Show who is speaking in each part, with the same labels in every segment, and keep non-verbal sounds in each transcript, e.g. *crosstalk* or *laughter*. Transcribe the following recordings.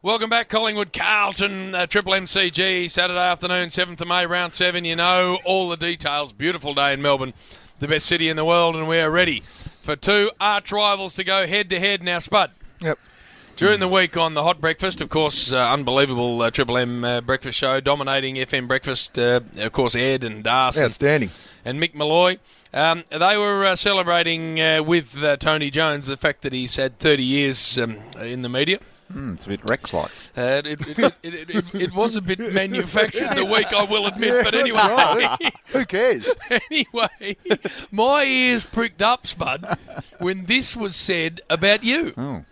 Speaker 1: Welcome back, Collingwood Carlton, uh, Triple MCG, Saturday afternoon, 7th of May, round 7. You know all the details. Beautiful day in Melbourne, the best city in the world, and we are ready for two arch rivals to go head to head. Now, Spud.
Speaker 2: Yep.
Speaker 1: During the week on the Hot Breakfast, of course, uh, unbelievable uh, Triple M uh, breakfast show, dominating FM breakfast. Uh, of course, Ed and Darcy
Speaker 2: Outstanding.
Speaker 1: and Mick Malloy. Um, they were uh, celebrating uh, with uh, Tony Jones the fact that he's had 30 years um, in the media.
Speaker 3: It's a bit Rex like.
Speaker 1: Uh, it, it, it, it, it, it was a
Speaker 4: *laughs*
Speaker 1: bit manufactured the week, I will admit. but
Speaker 2: Yeah,
Speaker 1: anyway,
Speaker 2: that's *laughs* Who cares?
Speaker 1: anyway, *laughs* my ears pricked up, Spud, when this was said about you.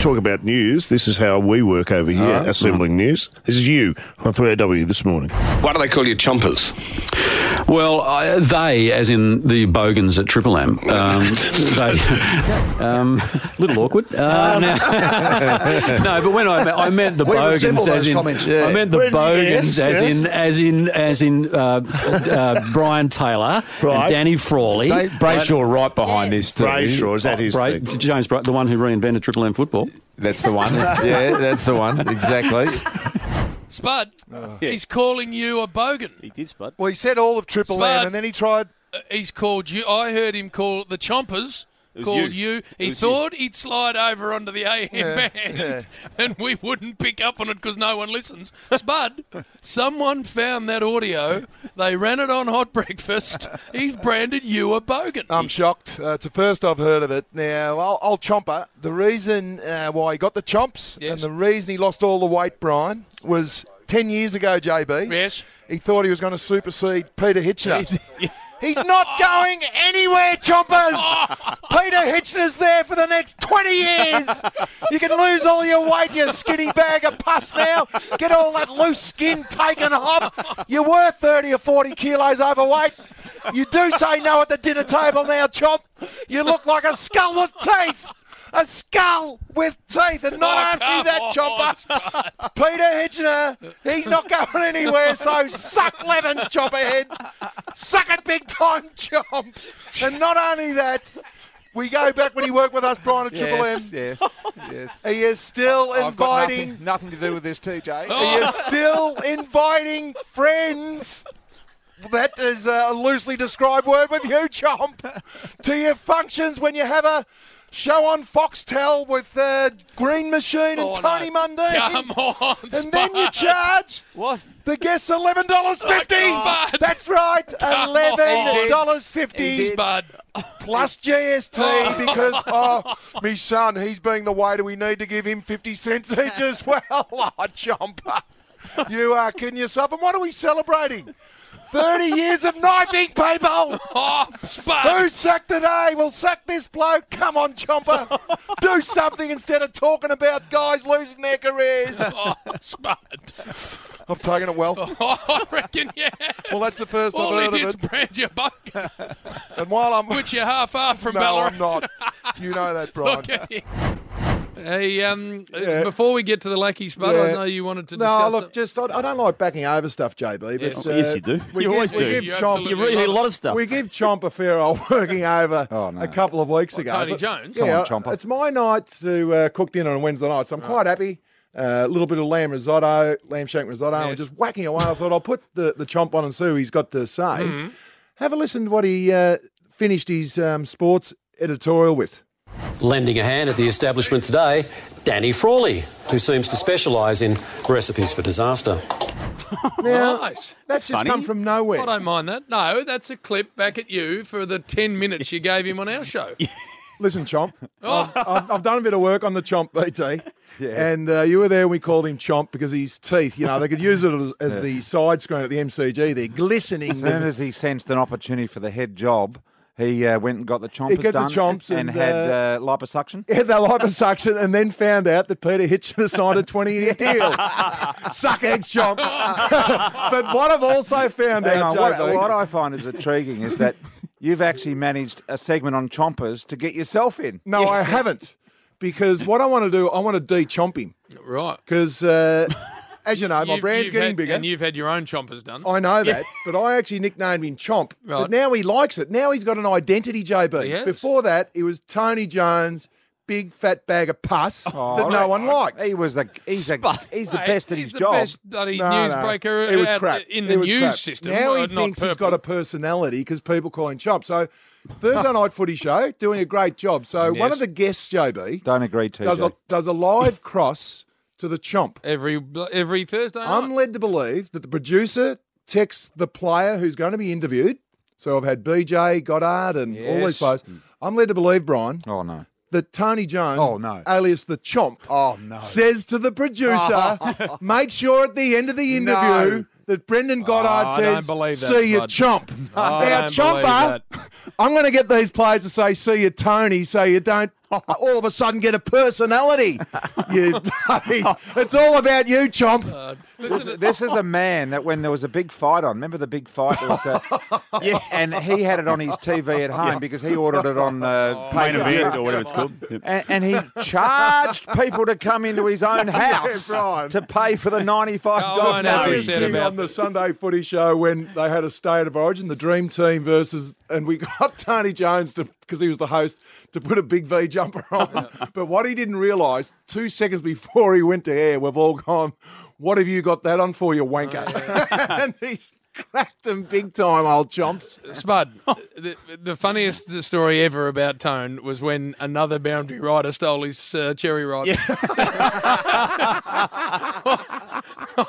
Speaker 5: Talk about news. This is how we work over here,
Speaker 3: Mm-hmm.
Speaker 5: assembling news. This is you on 3AW this morning.
Speaker 6: Why do they call you chompers?
Speaker 7: Well, I, they, as in the bogans at Triple M,
Speaker 2: *laughs*
Speaker 7: um, they, um, a little awkward. Uh, now- *laughs* no, but when I, me- I meant the
Speaker 2: We resemble
Speaker 7: bogans,
Speaker 2: those
Speaker 7: as in
Speaker 2: comments, yeah.
Speaker 7: I meant the
Speaker 5: Well, yes,
Speaker 7: bogans,
Speaker 5: yes.
Speaker 7: as in as in as in uh, uh, Brian Taylor
Speaker 5: Right.
Speaker 7: and Danny Frawley,
Speaker 3: Brayshaw right behind this too. Oh,
Speaker 5: Brayshaw, is that his
Speaker 7: Bra-
Speaker 5: thing?
Speaker 7: James Bra- the one who reinvented Triple M football.
Speaker 3: That's
Speaker 5: *laughs*
Speaker 3: the one. yeah, that's the one. Exactly.
Speaker 1: Spud, he's calling you a bogan.
Speaker 4: He did, Spud.
Speaker 2: Well, he said all of Triple
Speaker 1: Smart.
Speaker 2: M, and then he tried.
Speaker 1: He's called you. I heard him call the Chompers.
Speaker 4: was
Speaker 1: Called you.
Speaker 4: you. It
Speaker 1: He
Speaker 4: was you.
Speaker 1: thought he'd slide over onto the AM band, and we wouldn't pick up on it because no one listens. Spud, someone found that audio. They ran it on Hot Breakfast. He's branded you a bogan.
Speaker 2: I'm shocked. Uh, it's the first I've heard of it. Now, I'll, I'll chomper. The reason uh, why he got the chomps
Speaker 1: Yes.
Speaker 2: and the reason he lost all the weight, Brian, was 10 years ago, JB.
Speaker 1: Yes.
Speaker 2: He thought he was going to supersede Peter Hitchner. *laughs* He's not going anywhere, chompers. Peter Hitchner's there for the next 20 years. You can lose all your weight, you skinny bag of pus now. Get all that loose skin taken off. You were 30 or 40 kilos overweight. You do say no at the dinner table now, chomp. You look like a skull with teeth. A skull with teeth, and not
Speaker 1: Oh,
Speaker 2: only that,
Speaker 1: come on,
Speaker 2: Chopper. *laughs* Peter Hitchener, he's not going anywhere, so suck lemons, Chopperhead. Suck it big time, Chomp. And not only that, we go back when he worked with us, Brian at Triple M.
Speaker 3: yes, yes.
Speaker 2: He is still
Speaker 3: I've got
Speaker 2: inviting.
Speaker 3: nothing, nothing to do with this too, Jay.
Speaker 2: He is still inviting friends. That is a loosely described word with you, Chomp. To your functions when you have a show on Foxtel with uh, Green Machine and
Speaker 1: Oh, no.
Speaker 2: Tony Mundine.
Speaker 1: Come on,
Speaker 2: And then you
Speaker 1: Spud.
Speaker 2: charge
Speaker 4: What?
Speaker 2: the guest eleven dollars fifty.
Speaker 1: Oh, Spud.
Speaker 2: That's right, eleven dollars
Speaker 1: Jeez,
Speaker 2: fifty
Speaker 1: Spud.
Speaker 2: *laughs* plus GST because oh, me son, he's being the waiter. We need to give him fifty cents each *laughs* as well. Oh, jumper, you are kidding yourself. And what are we celebrating? Thirty years of knifing, people.
Speaker 1: Oh, Spud.
Speaker 2: Who sacked today? Well, sack this bloke. Come on, Chomper. Do something instead of talking about guys losing their careers.
Speaker 1: Oh, Spud.
Speaker 2: I've taken it well.
Speaker 1: Oh, I reckon, yeah.
Speaker 2: Well, that's the first
Speaker 1: All he
Speaker 2: I've heard
Speaker 1: did's
Speaker 2: of it.
Speaker 1: brand you a bogan,
Speaker 2: And while *laughs* I'm
Speaker 1: which you're half half from
Speaker 2: no,
Speaker 1: Ballarat.
Speaker 2: I'm not. You know *laughs* that, Brian.
Speaker 1: *laughs* Okay. Hey, um,
Speaker 2: Yeah.
Speaker 1: before we get to the lucky spot, I
Speaker 2: Yeah.
Speaker 1: know you wanted to
Speaker 2: No,
Speaker 1: discuss.
Speaker 2: look,
Speaker 1: it.
Speaker 2: just I, I don't like backing over stuff, JB. But
Speaker 1: Yes.
Speaker 2: uh,
Speaker 4: Yes, you do.
Speaker 2: We
Speaker 4: You
Speaker 2: give,
Speaker 4: always
Speaker 2: we
Speaker 4: do.
Speaker 2: Give
Speaker 1: You
Speaker 2: Chomp,
Speaker 1: absolutely You read
Speaker 4: a lot of stuff.
Speaker 2: We give Chomp a fair old *laughs* working
Speaker 4: *laughs*
Speaker 2: over
Speaker 4: Oh,
Speaker 2: a couple of weeks ago.
Speaker 1: Tony
Speaker 2: but-
Speaker 1: Jones?
Speaker 3: Come
Speaker 2: Yeah,
Speaker 3: on, Chomper.
Speaker 2: it's my night to uh, cook dinner on Wednesday night, so I'm quite happy. Uh, A little bit of lamb risotto, lamb shank risotto, and
Speaker 1: Yes.
Speaker 2: just whacking away. I thought I'll put the, the chomp on and see what he's got to say.
Speaker 1: Mm-hmm.
Speaker 2: Have a listen to what he uh, finished his um, sports editorial with.
Speaker 8: Lending a hand at the establishment today, Danny Frawley, who seems to specialise in recipes for disaster.
Speaker 2: Now,
Speaker 1: nice.
Speaker 2: That's just
Speaker 4: funny.
Speaker 2: come from nowhere.
Speaker 1: I don't mind that. No, that's a clip back at you for the ten minutes you gave him on our
Speaker 2: *laughs*
Speaker 1: show.
Speaker 2: Listen, Chomp,
Speaker 1: *laughs* Oh.
Speaker 2: I've, I've, I've done a bit of work on the Chomp BT. And uh, you were there, and we called him Chomp because his teeth, you know, they could use it as, as the side screen at the MCG. They're glistening. *laughs*
Speaker 3: As soon as he sensed an opportunity for the head job, he uh, went and got the chompers
Speaker 2: got the
Speaker 3: done
Speaker 2: chomps
Speaker 3: and,
Speaker 2: and,
Speaker 3: had uh,
Speaker 2: *laughs*
Speaker 3: liposuction.
Speaker 2: had that liposuction and then found out that Peter Hitchner signed a 20 year deal.
Speaker 3: *laughs*
Speaker 2: Suck eggs, Chomp. *laughs* but what I've also found
Speaker 3: Hang
Speaker 2: out,
Speaker 3: on, what,
Speaker 2: JB,
Speaker 3: what I find is intriguing is that you've actually managed a segment on chompers to get yourself in.
Speaker 2: no, I haven't. Because what I want to do, I want to de chomp him.
Speaker 1: Right.
Speaker 2: Because,
Speaker 3: *laughs*
Speaker 2: uh, as you know, my
Speaker 1: You've-
Speaker 2: brand's
Speaker 1: you've
Speaker 2: getting
Speaker 1: had-
Speaker 2: bigger.
Speaker 1: and you've had your own chompers done.
Speaker 2: I know that, but I actually nicknamed him Chomp.
Speaker 1: Right.
Speaker 2: But now he likes it. Now he's got an identity, JB.
Speaker 1: Yes.
Speaker 2: Before that, it was Tony Jones, big fat bag of pus
Speaker 1: Oh,
Speaker 2: that no
Speaker 3: right.
Speaker 2: one liked.
Speaker 3: He was the he's a, he's the
Speaker 1: Mate,
Speaker 3: best at
Speaker 1: he's
Speaker 3: his
Speaker 1: the
Speaker 3: job.
Speaker 1: best bloody
Speaker 2: No, no.
Speaker 1: newsbreaker
Speaker 2: It was
Speaker 1: out
Speaker 2: crap.
Speaker 1: in
Speaker 2: It
Speaker 1: the
Speaker 2: was
Speaker 1: news
Speaker 2: crap.
Speaker 1: system.
Speaker 2: Now he
Speaker 1: Uh, not
Speaker 2: thinks he's
Speaker 1: purple.
Speaker 2: got a personality because people call him Chop. So Thursday Night Footy Show doing a great job. So one
Speaker 1: Yes.
Speaker 2: of the guests, JB,
Speaker 3: Don't agree to
Speaker 2: does a, does a live cross to the Chomp.
Speaker 1: every every Thursday. night.
Speaker 2: I'm led to believe that the producer texts the player who's going to be interviewed. So I've had BJ, Goddard, and all
Speaker 1: Yes. Hmm.
Speaker 2: these players. I'm led to believe, Brian,
Speaker 3: Oh no.
Speaker 2: that Tony Jones,
Speaker 3: Oh, no.
Speaker 2: alias the Chomp,
Speaker 3: Oh no.
Speaker 2: says to
Speaker 1: *laughs*
Speaker 2: the producer, make sure at the end of the interview
Speaker 3: No.
Speaker 2: that Brendan Goddard
Speaker 1: Oh, I don't
Speaker 2: says,
Speaker 1: believe that,
Speaker 2: see you,
Speaker 1: Spud.
Speaker 2: Chomp.
Speaker 1: I
Speaker 2: now,
Speaker 1: don't
Speaker 2: Chomper,
Speaker 1: believe
Speaker 2: I'm going to get these players to say, see you, Tony, so you don't
Speaker 1: *laughs*
Speaker 2: all of a sudden get a personality.
Speaker 1: *laughs*
Speaker 2: you, it's all about you, Chomp.
Speaker 1: Listen to-
Speaker 3: This is a man that when there was a big fight on, remember the big fight?
Speaker 2: *laughs*
Speaker 3: There was a, yeah, and he had it on his TV at home because he ordered it
Speaker 2: *laughs*
Speaker 3: on the
Speaker 4: Main event or whatever it's called. Yep.
Speaker 3: and, and he charged people to come into his own house
Speaker 2: Brian.
Speaker 3: to pay for the ninety-five
Speaker 1: Oh, I
Speaker 3: dollar.
Speaker 1: know.
Speaker 2: That
Speaker 1: we
Speaker 2: was
Speaker 1: said
Speaker 2: you
Speaker 1: about
Speaker 2: on the Sunday Footy Show when they had a state of origin, the Dream Team versus, and we *laughs* got Tony Jones to because he was the host to put a big V jumper
Speaker 1: *laughs*
Speaker 2: on. but what he didn't realise two seconds before he went to air, we've all gone, "What have you got that on for, you wanker?"
Speaker 1: Oh,
Speaker 2: *laughs* and he's cracked them big time, old chomps.
Speaker 1: Spud, the, the funniest story ever about Tone was when another boundary rider stole his uh, cherry ripe. *laughs*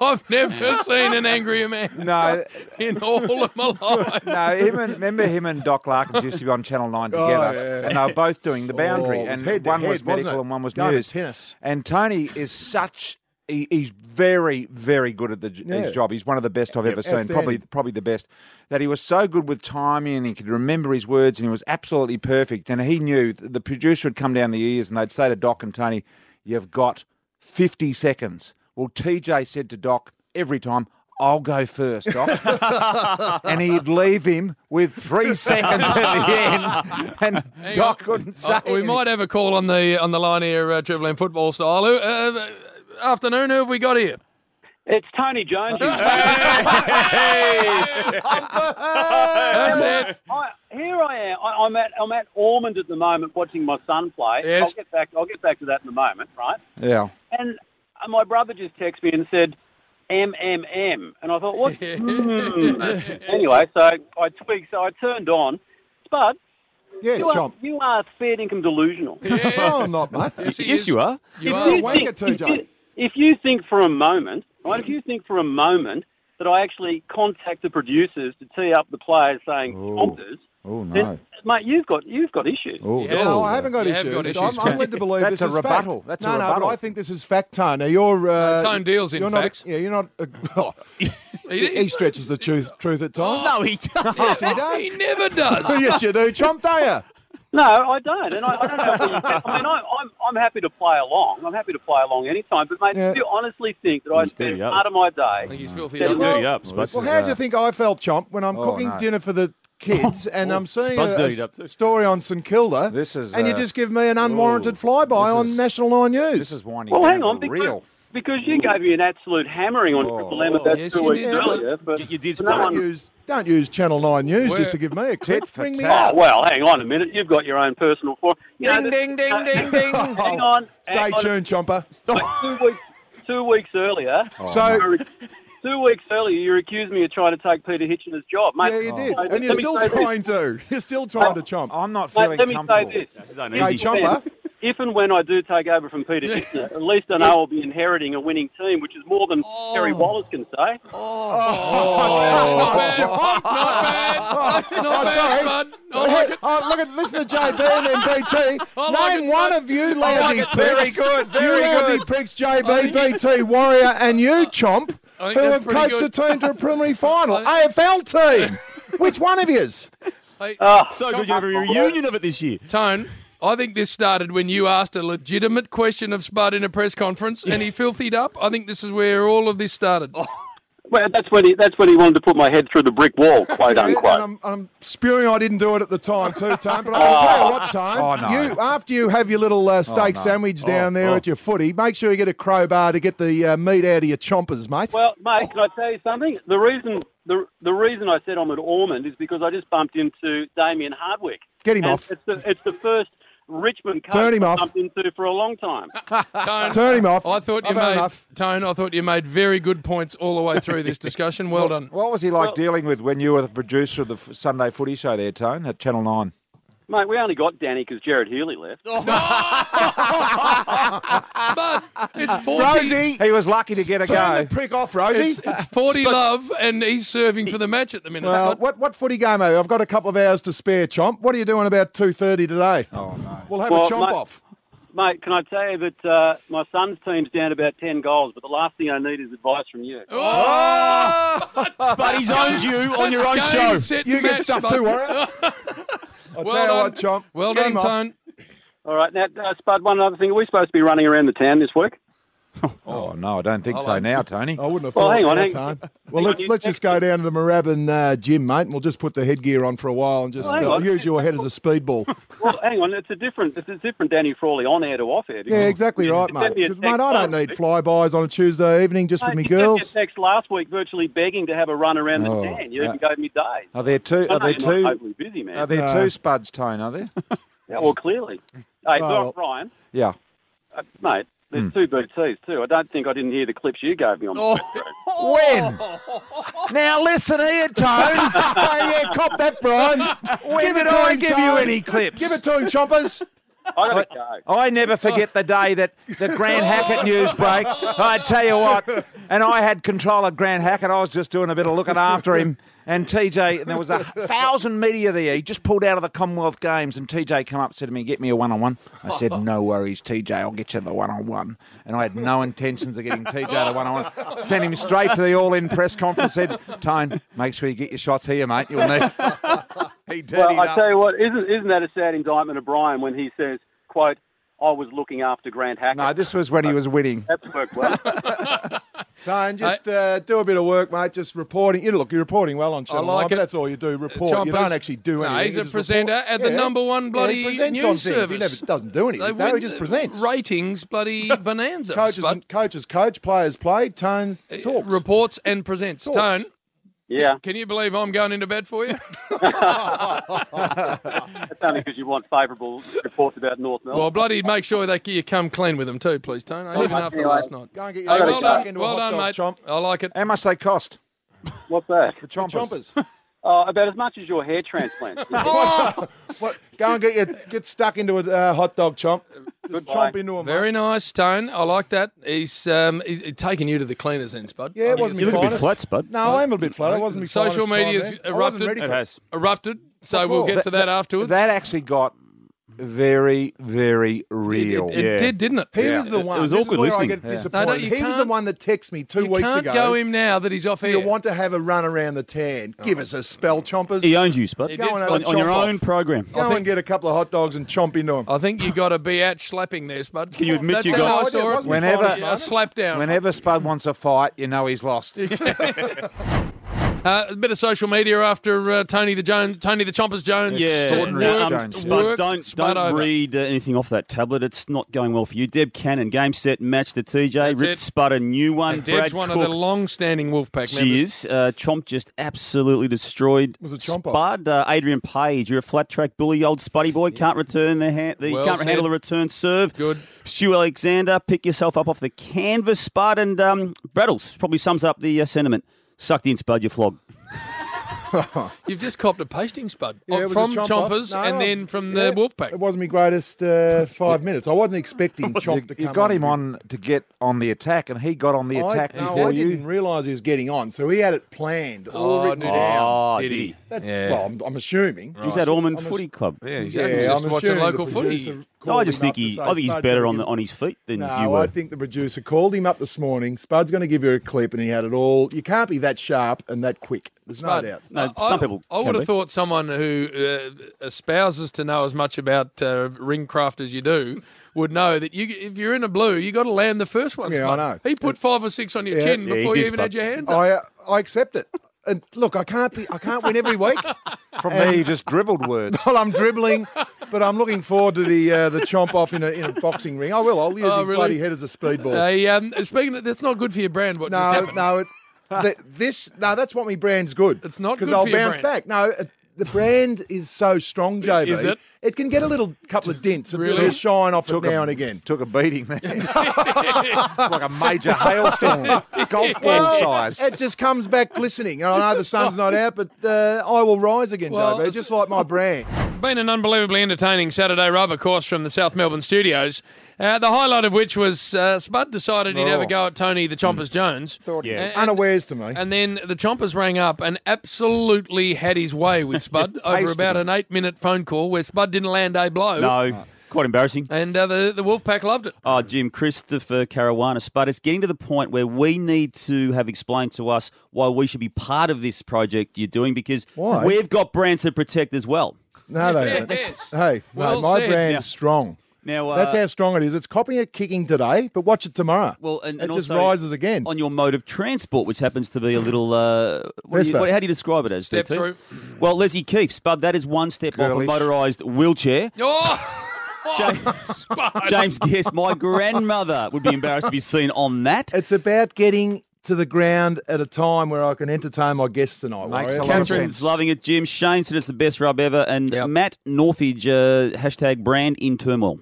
Speaker 1: I've never seen an angrier man
Speaker 3: No,
Speaker 1: in all of my life.
Speaker 3: no. Him and, remember him and Doc Larkins used to be on Channel Nine together,
Speaker 2: Oh, yeah.
Speaker 3: and they were both doing the boundary,
Speaker 2: Oh, it was
Speaker 3: and
Speaker 2: head to
Speaker 3: one
Speaker 2: head,
Speaker 3: was
Speaker 2: wasn't
Speaker 3: medical
Speaker 2: it?
Speaker 3: and one was
Speaker 2: Going to
Speaker 3: news.
Speaker 2: tennis.
Speaker 3: And Tony is such. He, he's very, very good at the, j
Speaker 2: Yeah.
Speaker 3: his job. He's one of the best I've ever seen.
Speaker 2: outstanding.
Speaker 3: Probably, probably the best. That he was so good with timing, and he could remember his words, and he was absolutely perfect. And he knew th- the producer would come down the ears, and they'd say to Doc and Tony, "You've got 50 seconds." Well, TJ said to Doc every time. I'll go first,
Speaker 2: *laughs*
Speaker 3: Doc. and he'd leave him with
Speaker 1: *laughs*
Speaker 3: three seconds at the end. And
Speaker 1: Hang
Speaker 3: Doc
Speaker 1: on.
Speaker 3: couldn't say
Speaker 1: Uh, we
Speaker 3: anything.
Speaker 1: might have a call on the on the line here, uh, Triple M football style. Who- Uh, afternoon, who have we got here?
Speaker 9: It's Tony Jones.
Speaker 1: That's it.
Speaker 9: I, here I am. I, I'm at I'm at Ormond at the moment, watching my son play.
Speaker 1: Yes.
Speaker 9: I'll get back. I'll get back to that in a moment, right?
Speaker 3: Yeah.
Speaker 9: And uh, my brother just texted me and said, "MMM," and I thought, "What?" Hmm. Anyway, so I tweaked. So I turned on. Spud,
Speaker 2: Yes,
Speaker 9: you are,
Speaker 2: chomp.
Speaker 9: you are fair income delusional.
Speaker 2: Oh, I'm not mate.
Speaker 1: he
Speaker 4: Yes,
Speaker 1: is.
Speaker 4: you are.
Speaker 1: You
Speaker 9: If
Speaker 1: are.
Speaker 9: you
Speaker 2: Wanker
Speaker 9: think-
Speaker 2: too,
Speaker 9: if
Speaker 2: Joe.
Speaker 9: you- If you think for a moment, right, if you think for a moment that I actually contact the producers to tee up the players saying chompers,
Speaker 3: Oh
Speaker 9: then, mate, you've got you've got issues.
Speaker 3: Oh,
Speaker 1: Yeah.
Speaker 2: No, I haven't got
Speaker 1: You have
Speaker 2: issues.
Speaker 1: got issues,
Speaker 2: I'm,
Speaker 1: Tony.
Speaker 2: I'm led to believe
Speaker 3: That's
Speaker 2: this
Speaker 3: a
Speaker 2: is
Speaker 3: rebuttal.
Speaker 2: Fact.
Speaker 3: That's a
Speaker 2: no, no,
Speaker 3: rebuttal.
Speaker 2: but I think this is fact, Tone. Now you're uh,
Speaker 1: Tone deals in
Speaker 2: you're not-
Speaker 1: facts.
Speaker 2: yeah, you're not. *laughs* Uh,
Speaker 1: He,
Speaker 2: he stretches the truth, truth at times.
Speaker 4: No, he does. *laughs*
Speaker 2: yes, he
Speaker 1: he
Speaker 2: does.
Speaker 1: never
Speaker 2: *laughs*
Speaker 1: does.
Speaker 2: yes, you do, chomp, do
Speaker 9: No, I don't, and I, I don't know. What you, I mean, I, I'm I'm happy to play along. I'm happy to play along anytime. But mate,
Speaker 2: Yeah.
Speaker 9: if you honestly think that I
Speaker 4: He's
Speaker 9: spend
Speaker 4: dirty up.
Speaker 9: part of my
Speaker 1: I think
Speaker 9: day,
Speaker 1: he's filthy.
Speaker 9: Yeah,
Speaker 1: doesn't he?
Speaker 9: well-
Speaker 4: Dirty up, Spud.
Speaker 2: you? *laughs* Well, how do
Speaker 3: uh,
Speaker 2: you think I felt, chomp, when I'm
Speaker 3: Oh,
Speaker 2: cooking
Speaker 3: no.
Speaker 2: dinner for the kids and I'm seeing a,
Speaker 4: Spud's
Speaker 2: a
Speaker 4: dirtied up too.
Speaker 2: story on St Kilda,
Speaker 3: This is,
Speaker 2: and you
Speaker 3: uh,
Speaker 2: just give me an unwarranted flyby
Speaker 3: this
Speaker 2: on
Speaker 3: is-
Speaker 2: National Nine News.
Speaker 3: This is winding
Speaker 9: well,
Speaker 3: down
Speaker 9: hang
Speaker 3: to
Speaker 9: on,
Speaker 3: the
Speaker 9: because,
Speaker 3: real.
Speaker 9: because you gave me an absolute hammering on Triple M about
Speaker 1: Yes,
Speaker 9: two
Speaker 1: you
Speaker 9: weeks
Speaker 1: did.
Speaker 9: earlier.
Speaker 4: You-
Speaker 9: But
Speaker 4: you did
Speaker 9: but no
Speaker 4: spot
Speaker 9: one
Speaker 2: don't use don't use Channel Nine News
Speaker 1: Where-
Speaker 2: just to give me a clip.
Speaker 3: Tit for
Speaker 2: Bring me
Speaker 3: tat.
Speaker 2: up.
Speaker 9: Oh well, hang on a minute. You've got your own personal forum. You know,
Speaker 3: Ding, ding, ding,
Speaker 9: uh, *laughs*
Speaker 3: ding, ding.
Speaker 9: Hang on.
Speaker 2: Oh, Stay
Speaker 9: hang on.
Speaker 2: tuned, chomper.
Speaker 9: Two weeks, two weeks earlier.
Speaker 2: So-
Speaker 9: you were- two weeks earlier, you accused me of trying to take Peter Hitchener's job, mate.
Speaker 2: Yeah, you did,
Speaker 9: So oh. let
Speaker 2: and you're
Speaker 9: me
Speaker 2: still
Speaker 9: say this.
Speaker 2: trying to. *laughs* You're still trying to chomp.
Speaker 3: I'm not
Speaker 9: Mate,
Speaker 3: feeling
Speaker 9: let me say
Speaker 3: comfortable.
Speaker 9: this.
Speaker 4: This is uneasy.
Speaker 2: Hey,
Speaker 4: He's
Speaker 2: chomper.
Speaker 9: Then, if and when I do take over from Peter Hitchener, at least I know I'll be inheriting a winning team, which is more than
Speaker 2: Oh.
Speaker 9: Terry Wallace can say.
Speaker 1: Not bad. Not
Speaker 2: *laughs*
Speaker 1: bad. Not bad, Spud. I like it.
Speaker 2: Oh, look at
Speaker 1: *laughs*
Speaker 2: listen to JB and then BT.
Speaker 1: I like
Speaker 2: Name
Speaker 1: it,
Speaker 2: one
Speaker 1: Spud.
Speaker 2: of you
Speaker 1: I like
Speaker 2: lousy
Speaker 1: it.
Speaker 2: pricks.
Speaker 1: oh, Very good, very
Speaker 2: you lousy
Speaker 1: good.
Speaker 2: pricks,
Speaker 1: I think-
Speaker 2: JB, BT, Warrior, and you, Chomp,
Speaker 1: I think
Speaker 2: who
Speaker 1: that's
Speaker 2: have
Speaker 1: pretty
Speaker 2: coached
Speaker 1: good.
Speaker 2: a team to
Speaker 1: *laughs*
Speaker 2: a preliminary final.
Speaker 1: I
Speaker 2: AFL team. Which one of
Speaker 3: *laughs*
Speaker 2: yous?
Speaker 1: Hey,
Speaker 4: so good. You have a reunion of it this year.
Speaker 1: Tone, I think this started when you asked a legitimate question of Spud in a press conference and he filthied up. I think this is where all of this started.
Speaker 2: Oh,
Speaker 9: Well, that's when he that's when he wanted to put my head through the brick wall, quote
Speaker 2: And
Speaker 9: unquote.
Speaker 2: I'm, I'm spewing I didn't do it at the time too, Tom. But I'll tell you what, Tom.
Speaker 3: Oh, no. Oh,
Speaker 2: You after you have your little uh, steak
Speaker 3: no. oh.
Speaker 2: sandwich down there at your footy, make sure you get a crowbar to get the uh, meat out of your chompers, mate.
Speaker 9: Well, mate, can I tell you something? The reason the the reason I said I'm at Ormond is because I just bumped into Damien Hardwick.
Speaker 2: Get him
Speaker 9: And
Speaker 2: off.
Speaker 9: It's the, it's the first Richmond Coast
Speaker 2: Turn him
Speaker 9: I've
Speaker 2: off.
Speaker 9: jumped into for a long time.
Speaker 1: Tone,
Speaker 2: Turn him off.
Speaker 1: I thought you
Speaker 2: I've had
Speaker 1: made
Speaker 2: enough.
Speaker 1: Tone. I thought you made very good points all the way through
Speaker 2: *laughs*
Speaker 1: this discussion. Well done.
Speaker 3: What was he like
Speaker 9: Well-
Speaker 3: dealing with when you were the producer of the f- Sunday Footy Show there, Tone, at Channel 9?
Speaker 9: Mate, we only got Danny because Jared Healy left.
Speaker 2: *laughs*
Speaker 1: But it's forty.
Speaker 2: Rosie,
Speaker 3: He was lucky to get a
Speaker 2: turn
Speaker 3: go.
Speaker 2: the prick off, Rosie.
Speaker 1: It's, it's forty love, and he's serving for the match at the minute.
Speaker 2: Well, what what footy game are you? I've got a couple of hours to spare, Chomp. What are you doing about two thirty today? Oh no, we'll have
Speaker 9: Well,
Speaker 2: a Chomp
Speaker 9: mate-
Speaker 2: off.
Speaker 9: Mate, can I tell you that uh, my son's team's down about 10 goals, but the last thing I need is advice from you.
Speaker 4: Spuddy's owned you on your own
Speaker 1: Game,
Speaker 4: show.
Speaker 1: set,
Speaker 2: You get
Speaker 1: match,
Speaker 2: stuff
Speaker 1: bud.
Speaker 2: too, Warrior.
Speaker 1: *laughs*
Speaker 2: I
Speaker 1: Well done.
Speaker 2: tell you what, Chomp.
Speaker 1: Well
Speaker 2: get
Speaker 1: done,
Speaker 2: him off.
Speaker 1: Tone.
Speaker 9: All right, now, uh, Spud, one other thing. Are we supposed to be running around the town this week?
Speaker 3: Oh, no, I don't think so now, Tony.
Speaker 2: I wouldn't have
Speaker 9: Well,
Speaker 2: thought
Speaker 9: hang on,
Speaker 2: that,
Speaker 9: hang on.
Speaker 2: Tone. Well,
Speaker 9: Hang
Speaker 2: let's
Speaker 9: on, you-
Speaker 2: let's just go down to the Moorabbin uh, gym, mate, and we'll just put the headgear on for a while and just
Speaker 9: Well, hang
Speaker 2: uh,
Speaker 9: on.
Speaker 2: use your head as a speedball.
Speaker 9: Well, hang on. It's a different It's a different Danny Frawley on air to off air.
Speaker 2: yeah, exactly right,
Speaker 9: You
Speaker 2: mate.
Speaker 9: sent me a
Speaker 2: 'Cause, Mate, I
Speaker 9: text
Speaker 2: don't
Speaker 9: last
Speaker 2: need
Speaker 9: week.
Speaker 2: flybys on a Tuesday evening just with
Speaker 9: Mate,
Speaker 2: me
Speaker 9: you sent me a
Speaker 2: girls.
Speaker 9: text last week virtually begging to have a run around
Speaker 3: Oh,
Speaker 9: the town. You
Speaker 3: yeah.
Speaker 9: even gave me days.
Speaker 3: Are there two?
Speaker 9: I
Speaker 3: Are
Speaker 9: know
Speaker 3: there
Speaker 9: you're not
Speaker 3: two?
Speaker 9: overly busy, man.
Speaker 3: Are there
Speaker 2: No.
Speaker 3: two spuds, Tone? Are
Speaker 9: *laughs*
Speaker 3: there?
Speaker 9: Yeah, well, clearly. Hey,
Speaker 2: well.
Speaker 9: Ryan,
Speaker 3: Yeah.
Speaker 9: uh, mate,
Speaker 3: Hmm.
Speaker 9: there's two BTs too. I don't think I didn't hear the clips you gave me on the
Speaker 3: Oh. When? *laughs* now listen here,
Speaker 2: *laughs*
Speaker 3: Tone. oh, yeah, cop that, Brian. When did
Speaker 2: it to
Speaker 3: I
Speaker 2: him,
Speaker 3: give you
Speaker 2: Tone.
Speaker 3: any clips?
Speaker 2: Give it to him, Chompers.
Speaker 9: I got to go.
Speaker 3: I never forget the day that the Grant Hackett news break. I tell you what, and I had control of Grant Hackett. I was just doing a bit of looking after him. And TJ, and there was a thousand media there. He just pulled out of the Commonwealth Games, and TJ come up and said to me, "Get me a one-on-one." I said, "No worries, TJ. I'll get you the one-on-one." And I had no intentions of getting TJ the one-on-one. Sent him straight to the all-in press conference. Said, "Tone, make sure you get your shots here, mate. You'll need." he dirtied
Speaker 9: Well, I
Speaker 3: up.
Speaker 9: tell you what, isn't isn't that a sad indictment of Brian when he says, "quote I was looking after Grant Hackett."
Speaker 3: no, this was when he was winning.
Speaker 9: That's
Speaker 3: *laughs*
Speaker 9: worked well.
Speaker 2: Tone, just uh, do a bit of work, mate. Just reporting. You look, you're reporting well on Channel
Speaker 1: like
Speaker 2: 9, but
Speaker 1: it.
Speaker 2: that's all you do. Report.
Speaker 1: Chompers-
Speaker 2: you don't actually do
Speaker 1: No,
Speaker 2: anything.
Speaker 1: he's
Speaker 2: you
Speaker 1: a
Speaker 2: just
Speaker 1: presenter
Speaker 2: report.
Speaker 1: at the
Speaker 2: Yeah.
Speaker 1: number one bloody
Speaker 2: he presents
Speaker 1: news
Speaker 2: on things.
Speaker 1: service.
Speaker 2: He never doesn't do
Speaker 1: They
Speaker 2: anything. no,
Speaker 1: win
Speaker 2: he just presents.
Speaker 1: ratings,
Speaker 2: *laughs*
Speaker 1: bloody bonanza.
Speaker 2: Coaches,
Speaker 1: Spud.
Speaker 2: coaches, coach, players play. Tone
Speaker 1: Uh,
Speaker 2: talks.
Speaker 1: reports and presents.
Speaker 2: Talks.
Speaker 1: Tone,
Speaker 9: yeah,
Speaker 1: can you believe I'm going into bed
Speaker 2: *laughs*
Speaker 1: for you?
Speaker 9: that's only because you want favourable reports about North
Speaker 1: well,
Speaker 9: Melbourne.
Speaker 1: bloody make sure that you come clean with them too, please, Tone. Even after
Speaker 9: anyway.
Speaker 1: last night.
Speaker 2: Go and get
Speaker 1: Hey,
Speaker 2: your
Speaker 1: well
Speaker 2: back
Speaker 1: done,
Speaker 2: into
Speaker 1: well
Speaker 2: a hot
Speaker 1: done, mate.
Speaker 2: dog, Chomp.
Speaker 1: I like it.
Speaker 3: How much they cost?
Speaker 9: What's that?
Speaker 3: The chompers.
Speaker 2: Chompers.
Speaker 9: Uh, about as much as your hair transplant.
Speaker 3: *laughs*
Speaker 2: what, *laughs* go and get your, get stuck into a uh, hot dog, Chomp. Just
Speaker 9: Goodbye.
Speaker 2: chomp into a
Speaker 1: Very nice, Tone. I like that. He's um, he, he taking you to the cleaners then, Spud.
Speaker 2: Yeah, it wasn't
Speaker 4: You
Speaker 2: me
Speaker 4: look a bit
Speaker 2: finest.
Speaker 4: flat, bud.
Speaker 2: No, I am a bit flat. I wasn't me
Speaker 1: Social
Speaker 2: finest time
Speaker 1: media's
Speaker 2: there. I wasn't
Speaker 1: erupted.
Speaker 2: ready
Speaker 4: It
Speaker 2: for
Speaker 4: has.
Speaker 1: Erupted, so we'll
Speaker 2: all.
Speaker 1: get to that afterwards.
Speaker 3: That actually got very, very
Speaker 1: it,
Speaker 3: real.
Speaker 1: it
Speaker 4: Yeah.
Speaker 1: did, didn't it?
Speaker 2: He was the one.
Speaker 4: was
Speaker 2: this
Speaker 4: awkward
Speaker 2: is where
Speaker 4: listening.
Speaker 2: I get
Speaker 4: Yeah.
Speaker 2: disappointed.
Speaker 1: No, no, you
Speaker 2: he was the
Speaker 1: can't-
Speaker 2: one that texted me two
Speaker 1: you
Speaker 2: weeks
Speaker 1: can't
Speaker 2: ago.
Speaker 1: go him now that he's off air.
Speaker 2: You want to have a run around the tan? Give us a spell, Chompers.
Speaker 4: He owned you, Spud.
Speaker 1: He
Speaker 2: Go
Speaker 1: did,
Speaker 2: and have
Speaker 1: Spud.
Speaker 4: On,
Speaker 2: a
Speaker 4: on your
Speaker 2: chomp off.
Speaker 4: own program.
Speaker 2: Go and get a couple of hot dogs and chomp into them.
Speaker 1: I think you got a be out slapping there, Spud.
Speaker 4: Can you admit
Speaker 1: That's
Speaker 4: you
Speaker 1: how
Speaker 4: got-
Speaker 1: I saw
Speaker 2: No, I
Speaker 1: it.
Speaker 2: did.
Speaker 3: Whenever-
Speaker 1: Yeah, a slap down.
Speaker 3: Whenever Spud wants a fight, you know he's lost.
Speaker 1: Uh, a bit of social media after uh, Tony the Jones, Tony the Chompers Jones.
Speaker 4: Yeah,
Speaker 1: just
Speaker 3: extraordinary
Speaker 1: worked,
Speaker 3: Jones, yeah.
Speaker 4: Spud,
Speaker 1: worked
Speaker 4: don't
Speaker 1: Spud
Speaker 4: don't
Speaker 1: over.
Speaker 4: read uh, anything off that tablet. It's not going well for you. Deb Cannon, game set match to TJ.
Speaker 1: That's
Speaker 4: ripped
Speaker 1: it.
Speaker 4: Spud a new one.
Speaker 1: And
Speaker 4: Brad
Speaker 1: Deb's one
Speaker 4: Cook.
Speaker 1: of the long-standing Wolfpack
Speaker 4: she
Speaker 1: members.
Speaker 4: is. Uh, Chomp just absolutely destroyed.
Speaker 2: Was it Chomp off?
Speaker 4: Spud, uh, Adrian Page, you're a flat track bully, old Spuddy boy. Can't return the hand. The,
Speaker 1: Well
Speaker 4: can't
Speaker 1: said.
Speaker 4: handle the return serve.
Speaker 1: Good.
Speaker 4: Stu Alexander, pick yourself up off the canvas, Spud, and um, Brattles probably sums up the uh, sentiment. Sucked in, Spud, you flog.
Speaker 1: You've just copped a pasting, Spud, Oh,
Speaker 2: Yeah, it was a
Speaker 1: from
Speaker 2: chomp off.
Speaker 1: Chompers
Speaker 2: No,
Speaker 1: and
Speaker 2: I-
Speaker 1: then from the
Speaker 2: yeah, It
Speaker 1: Wolfpack.
Speaker 2: wasn't my greatest *laughs* uh, five minutes. I *laughs* wasn't expecting Chomp to come
Speaker 3: you
Speaker 2: on.
Speaker 3: got him on to get on the attack, and he got on the
Speaker 2: I,
Speaker 3: attack
Speaker 2: no,
Speaker 3: before
Speaker 2: I didn't
Speaker 3: you.
Speaker 2: realise he was getting on, so he had it planned, all
Speaker 1: Oh,
Speaker 2: written
Speaker 1: did he?
Speaker 2: down.
Speaker 4: Oh,
Speaker 1: Did he?
Speaker 2: That's,
Speaker 1: Yeah.
Speaker 2: Well, I'm, I'm assuming.
Speaker 4: He's at Ormond Footy Club.
Speaker 1: Yeah, he's
Speaker 2: Yeah,
Speaker 1: just
Speaker 2: I'm
Speaker 1: watching
Speaker 2: assuming the
Speaker 1: local footy.
Speaker 2: producer
Speaker 4: No, I
Speaker 2: called
Speaker 4: just
Speaker 2: him
Speaker 4: think
Speaker 2: up to
Speaker 4: he.
Speaker 2: say,
Speaker 4: I think he's
Speaker 2: "Spud,
Speaker 4: better
Speaker 2: can
Speaker 4: on
Speaker 2: you
Speaker 4: the on his feet than
Speaker 2: No,
Speaker 4: you were.
Speaker 2: I think the producer called him up this morning. Spud's going to give you a clip, and he had it all. You can't be that sharp and that quick. There's no doubt.
Speaker 4: No,
Speaker 1: I-
Speaker 4: some people
Speaker 1: I
Speaker 4: can
Speaker 1: would have
Speaker 4: be.
Speaker 1: thought someone who uh, espouses to know as much about uh, ring craft as you do would know that you, if you're in a blue, you got to land the first one.
Speaker 2: Yeah, I
Speaker 1: Spud.
Speaker 2: know.
Speaker 1: He put five or six on your
Speaker 2: Yeah.
Speaker 1: chin
Speaker 4: Yeah, he
Speaker 1: before you
Speaker 4: did,
Speaker 1: even
Speaker 4: Spud.
Speaker 1: had your hands up.
Speaker 2: I uh, I accept it. And look, I can't be. I can't win
Speaker 1: *laughs*
Speaker 2: every week.
Speaker 3: From there, you just dribbled words.
Speaker 2: Well, I'm dribbling, but I'm looking forward to the uh, the chomp off in a, in a boxing ring. I will. I'll use
Speaker 1: Oh,
Speaker 2: his
Speaker 1: really?
Speaker 2: bloody head as a speedball.
Speaker 1: Hey, um, speaking, of, that's not good for your brand. What just
Speaker 2: *laughs* No,
Speaker 1: happened?
Speaker 2: no, it, th this no. That's what my brand's good.
Speaker 1: It's not
Speaker 2: because
Speaker 1: good
Speaker 2: I'll
Speaker 1: for your
Speaker 2: bounce
Speaker 1: brand.
Speaker 2: back. No, it, the brand is so strong, JB.
Speaker 1: Is it?
Speaker 2: It can get a little couple of dents, a bit
Speaker 1: Really?
Speaker 2: of shine off
Speaker 3: Took
Speaker 2: it
Speaker 3: a-
Speaker 2: now and again.
Speaker 3: Took a
Speaker 1: *laughs*
Speaker 3: beating there. it's like a
Speaker 2: *laughs*
Speaker 3: major hailstorm, golf ball size.
Speaker 2: It just comes back glistening. And I know the sun's not out, but uh, I will rise again,
Speaker 1: Well,
Speaker 2: JB, just like my brand.
Speaker 1: Been an unbelievably entertaining Saturday rubber course from the South Melbourne studios. Uh, the highlight of which was uh, Spud decided he'd have a go at Tony the Chompers Jones.
Speaker 2: Yeah.
Speaker 1: *laughs* And-
Speaker 2: Unawares to me.
Speaker 1: And then the Chompers rang up and absolutely had his way with Spud over
Speaker 3: Paced
Speaker 1: about an eight minute phone call where Spud didn't land a blow.
Speaker 4: No, quite embarrassing.
Speaker 1: And uh, the, the Wolfpack loved it.
Speaker 4: Oh, Jim, Christopher Caruana, but it's getting to the point where we need to have explained to us why we should be part of this project you're doing because
Speaker 2: Why?
Speaker 4: we've got brands to protect as well.
Speaker 2: No, they
Speaker 1: Yeah,
Speaker 2: don't.
Speaker 1: yes.
Speaker 2: Hey,
Speaker 1: Well
Speaker 2: no, my
Speaker 1: said.
Speaker 2: brand's
Speaker 1: Yeah.
Speaker 2: strong.
Speaker 4: Now, uh,
Speaker 2: That's how strong it is. It's copying it, kicking today, but watch it tomorrow.
Speaker 4: Well, and,
Speaker 2: it
Speaker 4: and
Speaker 2: just
Speaker 4: also
Speaker 2: rises again.
Speaker 4: on your mode of transport, which happens to be a little. Uh, what do you,
Speaker 2: Vespa.
Speaker 4: what- how do you describe it as?
Speaker 1: Step
Speaker 4: DT?
Speaker 1: through.
Speaker 4: Well, Leslie Keefe, Spud, that is one step off a
Speaker 3: Girlish.
Speaker 4: motorised wheelchair.
Speaker 1: Oh, *laughs*
Speaker 4: James Guess, my grandmother would be embarrassed to be seen on that.
Speaker 2: It's about getting to the ground at a time where I can entertain my guests tonight.
Speaker 3: Makes
Speaker 2: Warrior.
Speaker 3: a lot of
Speaker 4: Catherine's
Speaker 3: sense.
Speaker 4: loving it, Jim. Shane said it's the best rub ever. And
Speaker 1: Yep.
Speaker 4: Matt Northage, uh, hashtag brand in turmoil.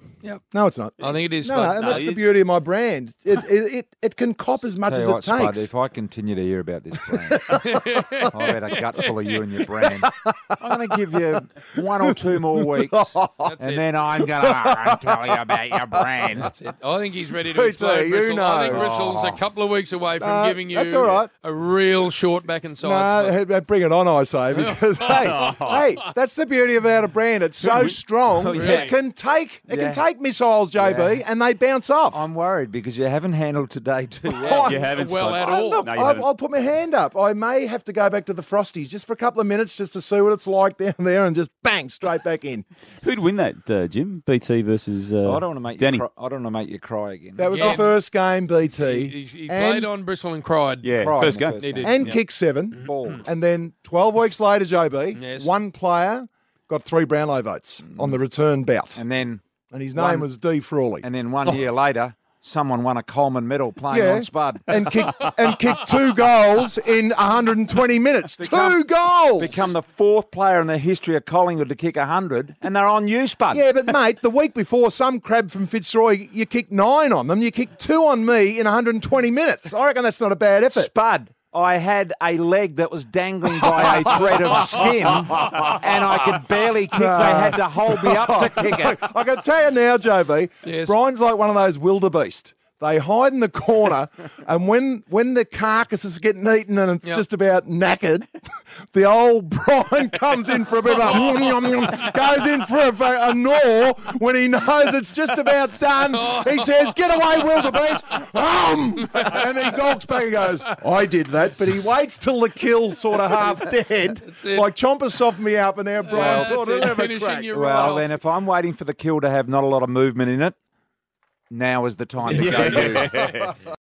Speaker 2: No, it's not.
Speaker 1: I think it is.
Speaker 2: No,
Speaker 1: Spud.
Speaker 2: and
Speaker 4: No,
Speaker 2: that's
Speaker 4: you-
Speaker 2: the beauty of my brand. It it, it, it can cop as much
Speaker 3: Tell
Speaker 2: as
Speaker 3: you
Speaker 2: it
Speaker 3: what, Spud,
Speaker 2: takes.
Speaker 3: if I continue to hear about this
Speaker 1: *laughs*
Speaker 3: brand, I've had a gutful of you and your brand. I'm going to give you one or two more *laughs* weeks, and
Speaker 1: Oh! it.
Speaker 3: then I'm going to tell you about your brand.
Speaker 1: That's it. I think he's ready to
Speaker 2: Peter,
Speaker 1: explode
Speaker 2: you
Speaker 1: Bristol. I
Speaker 2: know.
Speaker 1: think Bristol's a couple of weeks away from
Speaker 2: No,
Speaker 1: giving you
Speaker 2: that's all right.
Speaker 1: a real short back and
Speaker 2: no,
Speaker 1: side.
Speaker 2: hey, bring it on,
Speaker 1: *laughs*
Speaker 2: I say. Because
Speaker 3: *laughs*
Speaker 2: hey, hey, that's the beauty about a brand. It's so strong.
Speaker 1: yeah.
Speaker 2: It can take it
Speaker 3: Oh, Yeah.
Speaker 2: can take missiles, JB, and they bounce off.
Speaker 3: I'm worried because you haven't handled today
Speaker 1: *laughs*
Speaker 3: too well.
Speaker 1: Yeah, you haven't well
Speaker 4: Spud.
Speaker 1: at
Speaker 2: I'm
Speaker 1: all.
Speaker 2: not-
Speaker 4: No, you
Speaker 2: I've,
Speaker 4: haven't.
Speaker 2: I'll put my hand up. I may have to go back to the Frosties just for a couple of minutes just to see what it's like down *laughs* there and just bang straight back in.
Speaker 4: Who'd win that, uh, Jim? BT versus. Uh,
Speaker 3: Oh, I don't want to make
Speaker 4: Danny.
Speaker 3: you cry. I don't want to make you cry again.
Speaker 2: That was
Speaker 1: Yeah.
Speaker 2: the first game, BT.
Speaker 1: He, he
Speaker 2: and
Speaker 1: played on Bristol and cried.
Speaker 4: Yeah,
Speaker 3: Cry in
Speaker 4: first
Speaker 3: the
Speaker 4: game.
Speaker 1: He did.
Speaker 2: and
Speaker 1: yeah.
Speaker 2: kick seven.
Speaker 3: Ball.
Speaker 2: And then 12 weeks later, JB,
Speaker 1: Yes.
Speaker 2: one player got three Brownlow votes on the return bout. And,
Speaker 3: And then,
Speaker 2: his name
Speaker 3: one-
Speaker 2: was D. Frawley.
Speaker 3: and then one year later, someone won a Coleman Medal playing
Speaker 2: Yeah. *laughs*
Speaker 3: on Spud.
Speaker 2: and kicked and kicked two goals in 120 minutes. two
Speaker 3: Become-
Speaker 2: goals.
Speaker 3: Become the fourth player in the history of Collingwood to kick 100, and they're on you, Spud.
Speaker 2: yeah, but mate, the week before, some crab from Fitzroy, you kicked nine on them. You kicked two on me in 120 minutes. I reckon that's not a bad effort.
Speaker 3: Spud, I had a leg that was dangling by
Speaker 2: *laughs*
Speaker 3: a thread of skin, and I could barely kick. They had to hold me up to kick it.
Speaker 2: *laughs* I can tell you now, JB.
Speaker 1: Yes.
Speaker 2: Brian's like one of those wildebeest. They hide in the
Speaker 1: *laughs*
Speaker 2: corner, and when when the carcass is getting eaten and it's
Speaker 1: Yep.
Speaker 2: just about knackered, *laughs* the old Brian comes in for a bit
Speaker 1: *laughs*
Speaker 2: of a yum, yum, yum, goes in for a, a, a gnaw when he knows it's just about done. He says, "Get away, wildebeest!" Um, and he gulps back and goes, "I did that," but he waits till the kill's sort
Speaker 1: *laughs*
Speaker 2: of half dead,
Speaker 1: it.
Speaker 2: like Chomper softened me up, and now Brian
Speaker 1: Well, that's
Speaker 2: thought he'll
Speaker 1: it.
Speaker 2: have a
Speaker 1: Finishing
Speaker 2: crack.
Speaker 1: your right
Speaker 3: Well,
Speaker 1: off.
Speaker 3: then, if I'm waiting for the kill to have not a lot of movement in it, now is the time to go. do.